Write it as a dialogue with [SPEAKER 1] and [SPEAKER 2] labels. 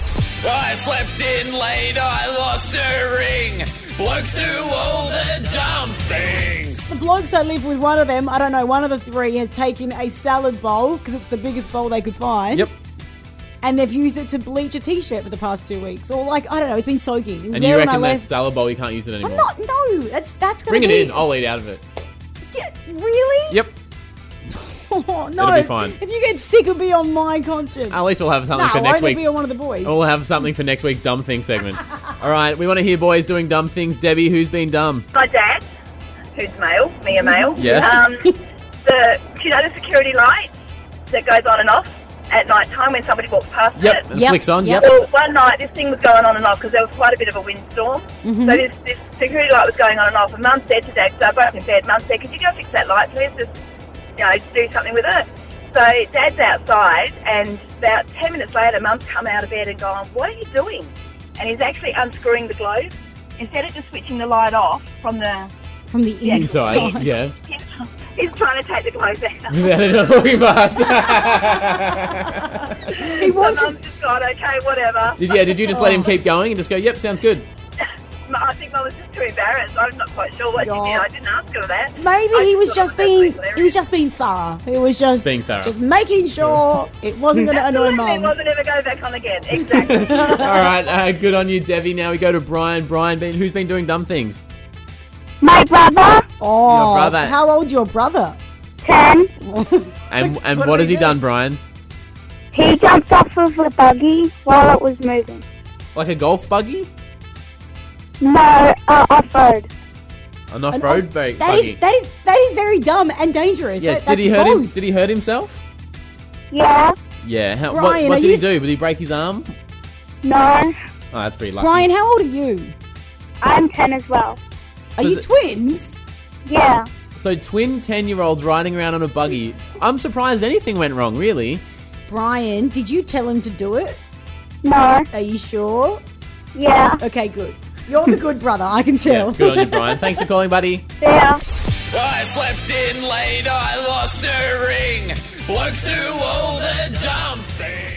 [SPEAKER 1] I slept in late, I lost a ring. Blokes do all the dumb things.
[SPEAKER 2] The blokes I live with, one of them, I don't know, one of the three has taken a salad bowl because it's the biggest bowl they could find.
[SPEAKER 3] Yep.
[SPEAKER 2] And they've used it to bleach a t-shirt for the past two weeks, or like I don't know, it's been soaking. It was
[SPEAKER 3] And
[SPEAKER 2] there
[SPEAKER 3] you
[SPEAKER 2] when I
[SPEAKER 3] reckon that
[SPEAKER 2] left.
[SPEAKER 3] salad bowl, you can't use it anymore?
[SPEAKER 2] I'm not. No, that's that's gonna
[SPEAKER 3] Bring it
[SPEAKER 2] be-
[SPEAKER 3] in. I'll eat out of it.
[SPEAKER 2] Yeah, really?
[SPEAKER 3] Yep.
[SPEAKER 2] Oh, no.
[SPEAKER 3] It'll be fine.
[SPEAKER 2] If you get sick, it'll be on my conscience.
[SPEAKER 3] At least we'll have
[SPEAKER 2] no,
[SPEAKER 3] something for
[SPEAKER 2] it
[SPEAKER 3] next
[SPEAKER 2] won't
[SPEAKER 3] week's.
[SPEAKER 2] be on one of the boys.
[SPEAKER 3] We'll have something for next week's dumb thing segment. All right, we want to hear boys doing dumb things. Debbie, who's been dumb?
[SPEAKER 4] My dad, who's male, me a male.
[SPEAKER 3] Yes.
[SPEAKER 4] Um, the do you know the security light that goes on and off at night time when somebody walks past
[SPEAKER 3] Yep.
[SPEAKER 4] it.
[SPEAKER 3] and
[SPEAKER 2] Yep,
[SPEAKER 3] Flicks on.
[SPEAKER 2] yep.
[SPEAKER 3] Yep.
[SPEAKER 4] Well, one night this thing was going on and off because there was quite a bit of a windstorm. So this, this security light was going on and off. And Mum said to Dad, so I got up in bed. Mum said, "Could you go fix that light, please? Just you know, do something with it." So Dad's outside, and about ten minutes later, Mum's come out of bed and gone, "What are you doing?" And he's actually unscrewing the globe instead of just switching the light off from the.
[SPEAKER 2] From the
[SPEAKER 4] Yeah.
[SPEAKER 2] inside.
[SPEAKER 3] Inside. Yeah.
[SPEAKER 4] He's, he's trying to take the globe out.
[SPEAKER 3] Without it looking past.
[SPEAKER 2] He wants
[SPEAKER 4] Mum's just gone, "Okay, whatever."
[SPEAKER 3] did, yeah, did you just let him keep going and just go, yep, sounds good?
[SPEAKER 4] I think Mum was just too embarrassed. I'm not quite sure what
[SPEAKER 2] Yeah.
[SPEAKER 4] she did. I didn't ask her that.
[SPEAKER 2] Maybe
[SPEAKER 4] I
[SPEAKER 2] he was
[SPEAKER 4] thought
[SPEAKER 2] just
[SPEAKER 4] that
[SPEAKER 2] being
[SPEAKER 4] hilarious.
[SPEAKER 2] he was just being thorough. He was just
[SPEAKER 3] Being thorough.
[SPEAKER 2] just making sure it wasn't going to annoy
[SPEAKER 4] Absolutely
[SPEAKER 2] mum.
[SPEAKER 4] wasn't ever going back on again. Exactly.
[SPEAKER 3] All right, uh, good on you, Debbie. Now we go to Brian. Brian, been, who's been doing dumb things?
[SPEAKER 5] My brother,
[SPEAKER 2] Oh,
[SPEAKER 3] Your brother.
[SPEAKER 2] how old's your brother?
[SPEAKER 5] 10,
[SPEAKER 3] And, and
[SPEAKER 2] what
[SPEAKER 3] what,
[SPEAKER 2] did
[SPEAKER 3] has
[SPEAKER 2] he
[SPEAKER 3] he
[SPEAKER 2] do?
[SPEAKER 3] done, Brian?
[SPEAKER 5] he jumped off of a buggy while it was moving.
[SPEAKER 3] Like a golf buggy?
[SPEAKER 5] No, uh, off road.
[SPEAKER 3] An off
[SPEAKER 2] An
[SPEAKER 3] road
[SPEAKER 2] off-
[SPEAKER 3] buggy?
[SPEAKER 2] That is that is that is very dumb and dangerous.
[SPEAKER 3] yeah,
[SPEAKER 2] That-
[SPEAKER 3] did he
[SPEAKER 2] that's
[SPEAKER 3] hurt him?
[SPEAKER 2] both.
[SPEAKER 3] Did he hurt himself?
[SPEAKER 5] Yeah,
[SPEAKER 3] Yeah. How,
[SPEAKER 2] Brian,
[SPEAKER 3] what what
[SPEAKER 2] are
[SPEAKER 3] did he
[SPEAKER 2] you-
[SPEAKER 3] do? Did he break his arm?
[SPEAKER 5] no,
[SPEAKER 3] Oh, that's pretty lucky.
[SPEAKER 2] Brian, how old are you?
[SPEAKER 5] I'm 10 as well.
[SPEAKER 2] Are
[SPEAKER 3] Does
[SPEAKER 2] you
[SPEAKER 3] it-
[SPEAKER 2] twins?
[SPEAKER 5] Yeah,
[SPEAKER 3] So twin ten-year-olds riding around on a buggy. I'm surprised anything went wrong, really.
[SPEAKER 2] Brian, did you tell him to do it?
[SPEAKER 5] no,
[SPEAKER 2] Are you sure?
[SPEAKER 5] yeah,
[SPEAKER 2] Okay, good. You're the good brother, I can tell.
[SPEAKER 3] Yeah, good on you, Brian. Thanks for calling, buddy.
[SPEAKER 5] yeah.
[SPEAKER 1] I slept in late, I lost a ring. Blokes do all the dumb things.